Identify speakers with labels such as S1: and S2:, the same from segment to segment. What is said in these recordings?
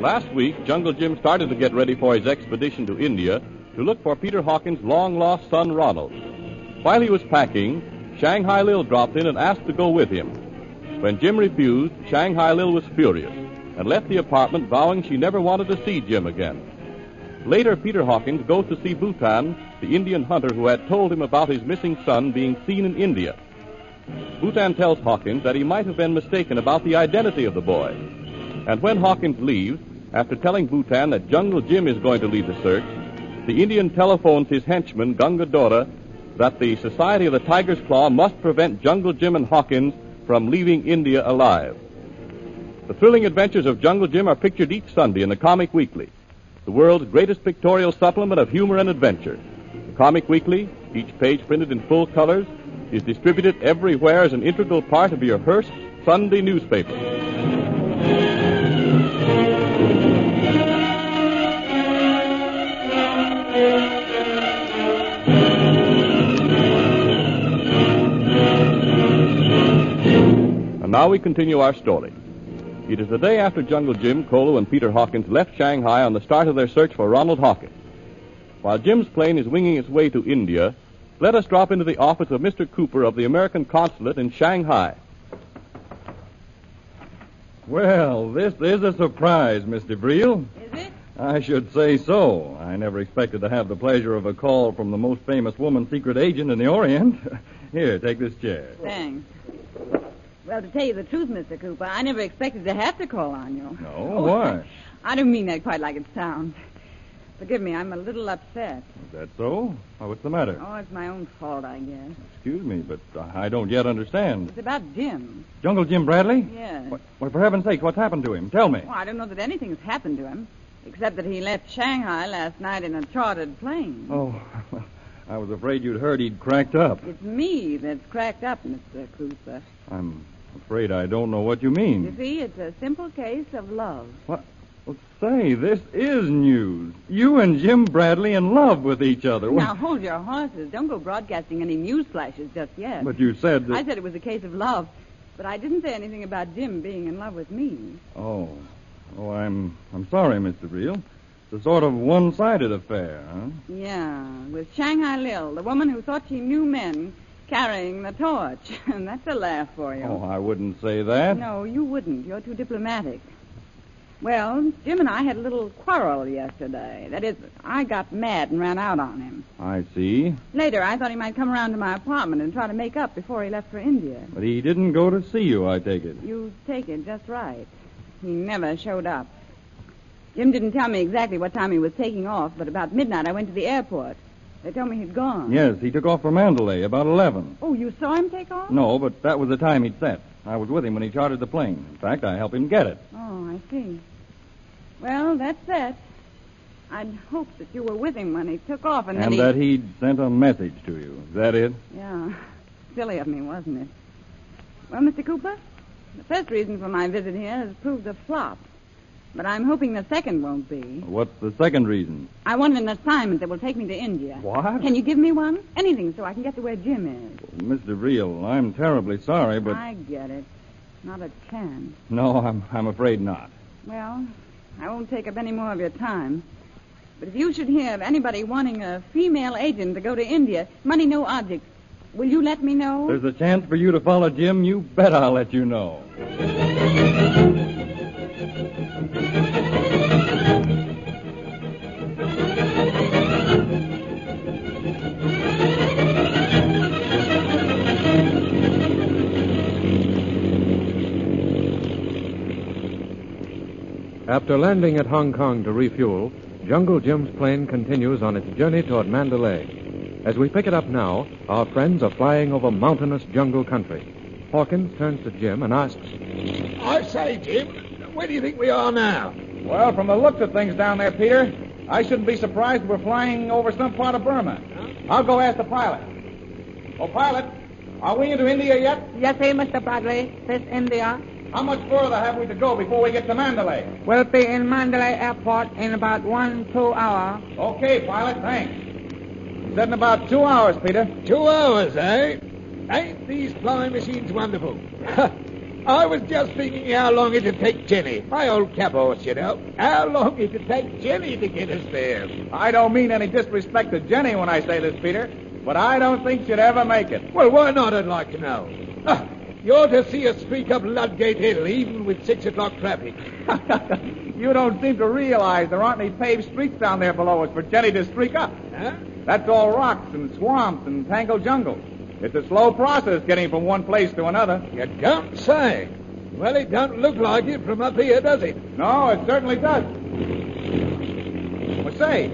S1: Last week, Jungle Jim started to get ready for his expedition to India to look for Peter Hawkins' long lost son, Ronald. While he was packing, Shanghai Lil dropped in and asked to go with him. When Jim refused, Shanghai Lil was furious and left the apartment vowing she never wanted to see Jim again. Later, Peter Hawkins goes to see Bhutan, the Indian hunter who had told him about his missing son being seen in India. Bhutan tells Hawkins that he might have been mistaken about the identity of the boy. And when Hawkins leaves, after telling Bhutan that Jungle Jim is going to lead the search, the Indian telephones his henchman, Gunga Dora, that the Society of the Tiger's Claw must prevent Jungle Jim and Hawkins from leaving India alive. The thrilling adventures of Jungle Jim are pictured each Sunday in the Comic Weekly the world's greatest pictorial supplement of humor and adventure. The Comic Weekly, each page printed in full colors, is distributed everywhere as an integral part of your Hearst Sunday newspaper. And now we continue our story. It is the day after Jungle Jim, Kolo, and Peter Hawkins left Shanghai on the start of their search for Ronald Hawkins. While Jim's plane is winging its way to India, let us drop into the office of Mr. Cooper of the American Consulate in Shanghai. Well, this is a surprise, Mr. Briel. Is it? I should say so. I never expected to have the pleasure of a call from the most famous woman secret agent in the Orient. Here, take this chair.
S2: Thanks. Well, to tell you the truth, Mr. Cooper, I never expected to have to call on you. Oh,
S1: No? Why?
S2: I don't mean that quite like it sounds. Forgive me, I'm a little upset.
S1: Is that so? Oh, what's the matter?
S2: Oh, it's my own fault, I guess.
S1: Excuse me, but I don't yet understand.
S2: It's about Jim.
S1: Jungle Jim Bradley?
S2: Yes.
S1: Why, why, for heaven's sake, what's happened to him? Tell me.
S2: Well, I don't know that anything's happened to him, except that he left Shanghai last night in a chartered plane.
S1: Oh, I was afraid you'd heard he'd cracked up.
S2: It's me that's cracked up, Mr. Cooper.
S1: I'm afraid I don't know what you
S2: You
S1: mean.
S2: see, it's a simple case of love.
S1: What? Well, say, this is news. You and Jim Bradley in love with each other.
S2: Now, hold your horses. Don't go broadcasting any news flashes just yet.
S1: But you said that.
S2: I said it was a case of love, but I didn't say anything about Jim being in love with me.
S1: Oh. Oh, I'm I'm sorry, Mr. Real. It's a sort of one sided affair, huh?
S2: Yeah, with Shanghai Lil, the woman who thought she knew men carrying the torch. And that's a laugh for you.
S1: Oh, I wouldn't say that.
S2: No, you wouldn't. You're too diplomatic. Well, Jim and I had a little quarrel yesterday. That is, I got mad and ran out on him.
S1: I see.
S2: Later, I thought he might come around to my apartment and try to make up before he left for India.
S1: But he didn't go to see you, I take it.
S2: You take it just right. He never showed up. Jim didn't tell me exactly what time he was taking off, but about midnight I went to the airport. They told me he'd gone.
S1: Yes, he took off for Mandalay about eleven.
S2: Oh, you saw him take off?
S1: No, but that was the time he'd set. I was with him when he chartered the plane. In fact, I helped him get it.
S2: Oh, I see. Well, that's that. I'd hoped that you were with him when he took off and,
S1: And that
S2: that he...
S1: he'd sent a message to you. Is that it?
S2: Yeah. Silly of me, wasn't it? Well, Mr. Cooper, the first reason for my visit here has proved a flop. But I'm hoping the second won't be.
S1: What's the second reason?
S2: I want an assignment that will take me to India.
S1: What?
S2: Can you give me one? Anything so I can get to where Jim is.
S1: Mr. Real, I'm terribly sorry, but
S2: I get it. Not a chance.
S1: no, I'm, I'm afraid not.
S2: Well, I won't take up any more of your time. But if you should hear of anybody wanting a female agent to go to India, money no object, will you let me know?
S1: There's a chance for you to follow Jim. You bet I'll let you know.
S3: After landing at Hong Kong to refuel, Jungle Jim's plane continues on its journey toward Mandalay. As we pick it up now, our friends are flying over mountainous jungle country. Hawkins turns to Jim and asks,
S4: I say, Jim, where do you think we are now?
S1: Well, from the looks of things down there, Peter, I shouldn't be surprised if we're flying over some part of Burma. I'll go ask the pilot. Oh, pilot, are we into India yet?
S2: Yes, eh, Mr. Bradley. This India
S1: How much further have we to go before we get to Mandalay?
S2: will be in Mandalay Airport in about one, two hours.
S1: Okay, pilot, thanks. Said in about two hours, Peter.
S4: Two hours, eh? Ain't these flying machines wonderful? I was just thinking how long it'd take Jenny, my old cab horse, you know. How long it'd take Jenny to get us there.
S1: I don't mean any disrespect to Jenny when I say this, Peter, but I don't think she'd ever make it.
S4: Well, why not, I'd like to know. Ah, you're to see us streak up Ludgate Hill, even with six o'clock traffic.
S1: you don't seem to realize there aren't any paved streets down there below us for Jenny to streak up.
S4: Huh?
S1: That's all rocks and swamps and tangled jungle. It's a slow process getting from one place to another.
S4: You don't say. Well, it don't look like it from up here, does it?
S1: No, it certainly does. Well, say,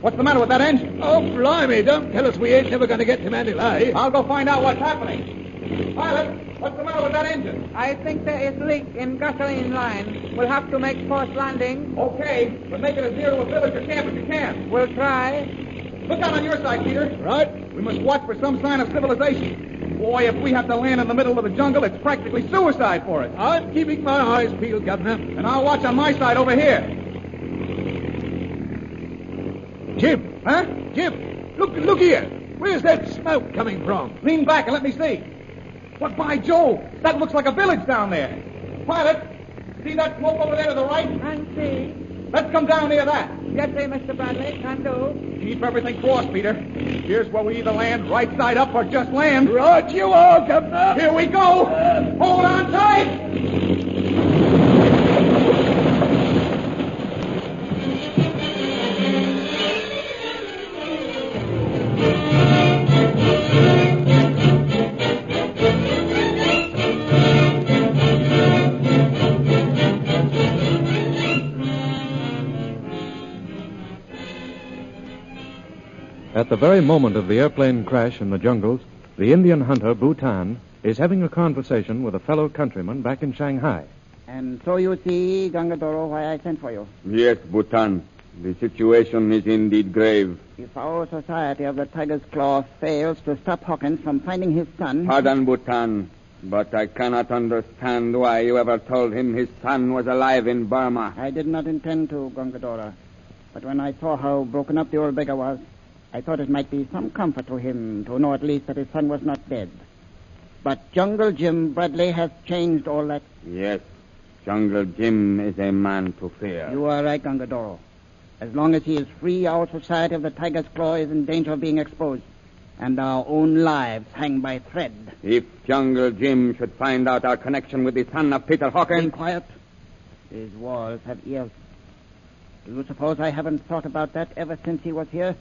S1: what's the matter with that engine?
S4: Oh, blimey, don't tell us we ain't never going to get to Mandalay.
S1: I'll go find out what's happening. Pilot, what's the matter with that engine?
S2: I think there is leak in gasoline line. We'll have to make forced landing.
S1: Okay, but make it a zero to a village or camp if you can.
S2: We'll try.
S1: Look out on your side, Peter.
S4: Right?
S1: We must watch for some sign of civilization. Boy, if we have to land in the middle of the jungle, it's practically suicide for us.
S4: I'm keeping my eyes peeled, Governor.
S1: And I'll watch on my side over here.
S4: Jim,
S1: Huh?
S4: Jim, look, look here. Where's that smoke coming from?
S1: Lean back and let me see. What, by Jove, that looks like a village down there. Pilot, see that smoke over there to the right?
S2: And see.
S1: Let's come down near that.
S2: Yes, eh, Mr. Bradley. Can do.
S1: Keep everything crossed, Peter. Here's where we either land right side up or just land.
S4: Right you are, Governor.
S1: Here we go. Hold on tight.
S3: At the very moment of the airplane crash in the jungles, the Indian hunter, Bhutan, is having a conversation with a fellow countryman back in Shanghai.
S5: And so you see, Gangadoro, why I sent for you.
S6: Yes, Bhutan. The situation is indeed grave.
S5: If our Society of the Tiger's Claw fails to stop Hawkins from finding his son,
S6: Pardon, Bhutan, but I cannot understand why you ever told him his son was alive in Burma.
S5: I did not intend to, Gangadora. But when I saw how broken up the old beggar was, I thought it might be some comfort to him to know at least that his son was not dead. But Jungle Jim Bradley has changed all that.
S6: Yes, Jungle Jim is a man to fear.
S5: You are right, Gangadoro. As long as he is free, our Society of the Tiger's Claw is in danger of being exposed, and our own lives hang by thread.
S6: If Jungle Jim should find out our connection with the son of Peter Hawkins,
S5: Be quiet. These walls have ears. Do you suppose I haven't thought about that ever since he was here?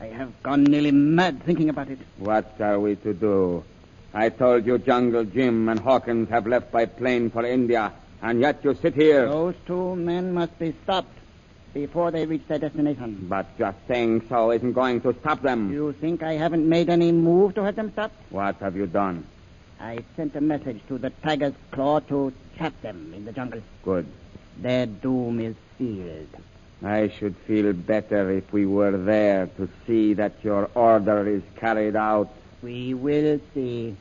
S5: I have gone nearly mad thinking about it.
S6: what are we to do? I told you Jungle Jim and Hawkins have left by plane for India, and yet you sit here.
S5: Those two men must be stopped before they reach their destination.
S6: But just saying so isn't going to stop them.
S5: You think I haven't made any move to have them stopped?
S6: What have you done?
S5: I sent a message to the tiger's claw to trap them in the jungle.
S6: Good.
S5: Their doom is sealed.
S6: I should feel better if we were there to see that your order is carried out.
S5: We will see.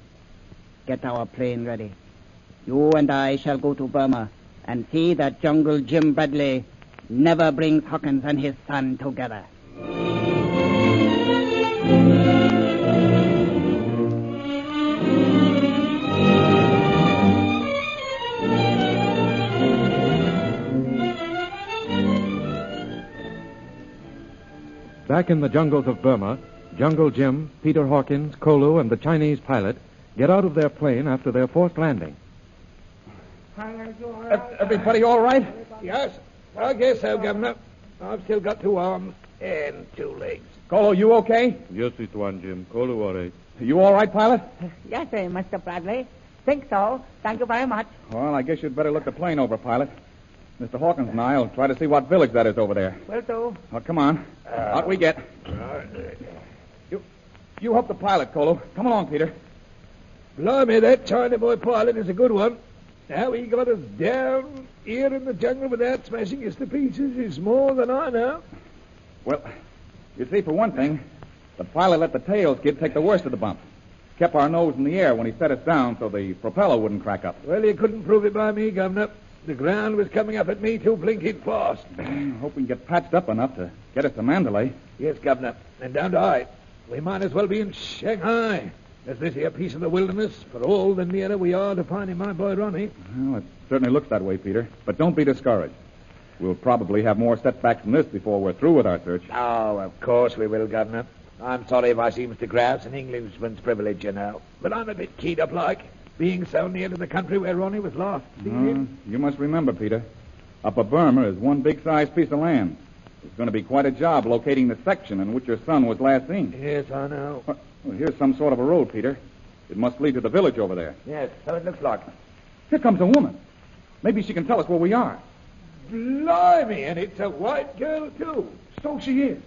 S5: Get our plane ready. You and I shall go to Burma
S7: and see that Jungle Jim Bradley never brings Hawkins and his son together.
S8: Back in the jungles of Burma, Jungle Jim, Peter Hawkins, Kolu, and the Chinese pilot get out of their plane after their forced landing.
S9: Everybody all right? Yes. I guess so, Governor. I've still got two arms and two legs.
S1: Colo, you okay?
S8: Yes, it's one, Jim. Kolu, all right.
S1: You all right, pilot?
S10: Yes, sir, Mr. Bradley. Think so. Thank you very much.
S1: Well, I guess you'd better look the plane over, pilot. Mr. Hawkins and I will try to see what village that is over there.
S10: Will do.
S1: Well, come on. Out we get. You, you help the pilot, Colo. Come along, Peter.
S9: Blimey, that China boy pilot is a good one. How he got us down here in the jungle without smashing us to pieces is more than I know.
S1: Well, you see, for one thing, the pilot let the tail skid take the worst of the bump. Kept our nose in the air when he set us down so the propeller wouldn't crack up.
S9: Well, you couldn't prove it by me, Governor. The ground was coming up at me too blinking fast.
S1: Hope we can get patched up enough to get us to Mandalay.
S9: Yes, Governor. And down to I. We might as well be in Shanghai. As this here piece of the wilderness, for all the nearer we are to finding my boy Ronnie.
S1: Well, it certainly looks that way, Peter. But don't be discouraged. We'll probably have more setbacks than this before we're through with our search.
S9: Oh, of course we will, Governor. I'm sorry if I seems to grouse an Englishman's privilege, you know. But I'm a bit keyed up like, being so near to the country where Ronnie was lost. See
S1: Uh,
S9: him?
S1: you must remember, Peter, Upper Burma is one big sized piece of land. It's going to be quite a job locating the section in which your son was last seen.
S9: Yes, I know.
S1: Well, here's some sort of a road, Peter. It must lead to the village over there.
S9: Yes, so it looks like.
S1: Here comes a woman. Maybe she can tell us where we are.
S9: Blimey, and it's a white girl, too.
S11: So she is.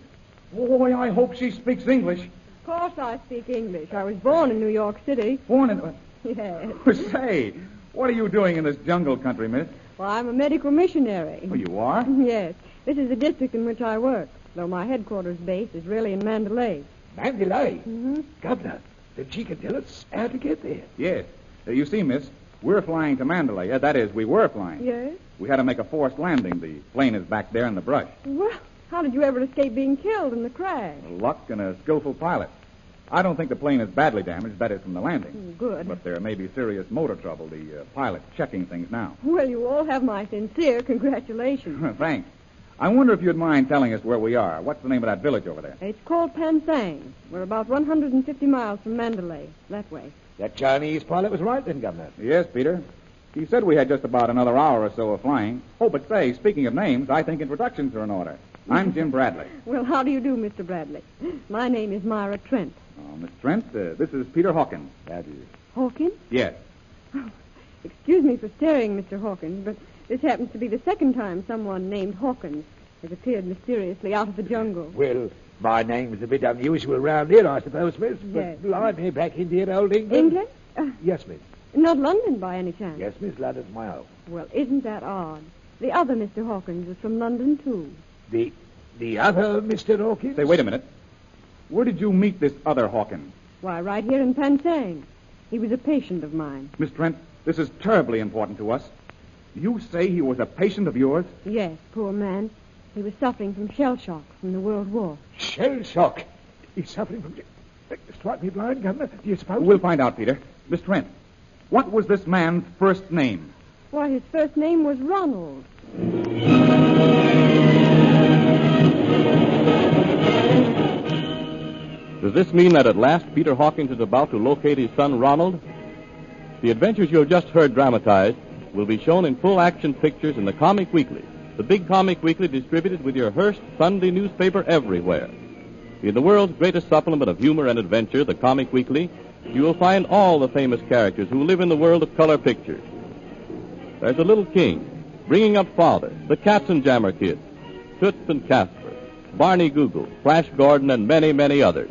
S11: Boy, I hope she speaks English.
S2: Of course I speak English. I was born in New York City.
S1: Born in.
S2: Yes.
S1: Say, what are you doing in this jungle country, miss?
S2: Well, I'm a medical missionary.
S1: Oh, you are?
S2: Yes. This is the district in which I work, though my headquarters base is really in Mandalay.
S9: Mandalay?
S2: Mm-hmm.
S9: Governor, then she can tell us how to get there.
S1: Yes. Uh, You see, miss, we're flying to Mandalay. Uh, That is, we were flying.
S2: Yes?
S1: We had to make a forced landing. The plane is back there in the brush.
S2: Well, how did you ever escape being killed in the crash?
S1: Luck and a skillful pilot. I don't think the plane is badly damaged. That is from the landing.
S2: Good.
S1: But there may be serious motor trouble. The uh, pilot's checking things now. Hmm,
S2: Well, you all have my sincere congratulations.
S1: Thanks. I wonder if you'd mind telling us where we are. What's the name of that village over there?
S2: It's called Pansang. We're about 150 miles from Mandalay, that way.
S9: That Chinese pilot was right then, Governor.
S1: Yes, Peter. He said we had just about another hour or so of flying. Oh, but say, speaking of names, I think introductions are in order. I'm Jim Bradley.
S2: Well, how do you do, Mr. Bradley? My name is Myra Trent.
S1: Oh, Miss Trent, uh, this is Peter Hawkins. That is.
S2: Hawkins?
S1: Yes.
S2: Excuse me for staring, Mr. Hawkins, but this happens to be the second time someone named Hawkins has appeared mysteriously out of the jungle.
S9: Well, my name's a bit unusual round here, I suppose, miss.
S2: Yes.
S9: But blimey, back in dear old England.
S2: England?
S9: Yes, miss.
S2: Uh, Not London by any chance?
S9: uh, Yes, miss, London's my home.
S2: Well, isn't that odd? The other Mr. Hawkins is from London, too.
S9: The, the other Mr. Hawkins?
S1: Say, wait a minute. Where did you meet this other Hawkins?
S2: Why, right here in Pansang. He was a patient of mine.
S1: Miss Trent, this is terribly important to us. You say he was a patient of yours?
S2: Yes, poor man. He was suffering from shell shock from the World War.
S9: Shell shock. He's suffering from... Strike me blind, Governor. Do you suppose...
S1: We'll find out, Peter. Miss Trent, what was this man's first name?
S2: Why, his first name was Ronald.
S12: Does this mean that at last Peter Hawkins is about to locate his son Ronald? The adventures you have just heard dramatized will be shown in full action pictures in the Comic Weekly, the big comic weekly distributed with your Hearst Sunday newspaper everywhere. In the world's greatest supplement of humor and adventure, the Comic Weekly, you will find all the famous characters who live in the world of color pictures. There's a little king, bringing up father, the Katzenjammer kid, Toots and Casper, Barney Google, Flash Gordon, and many, many others.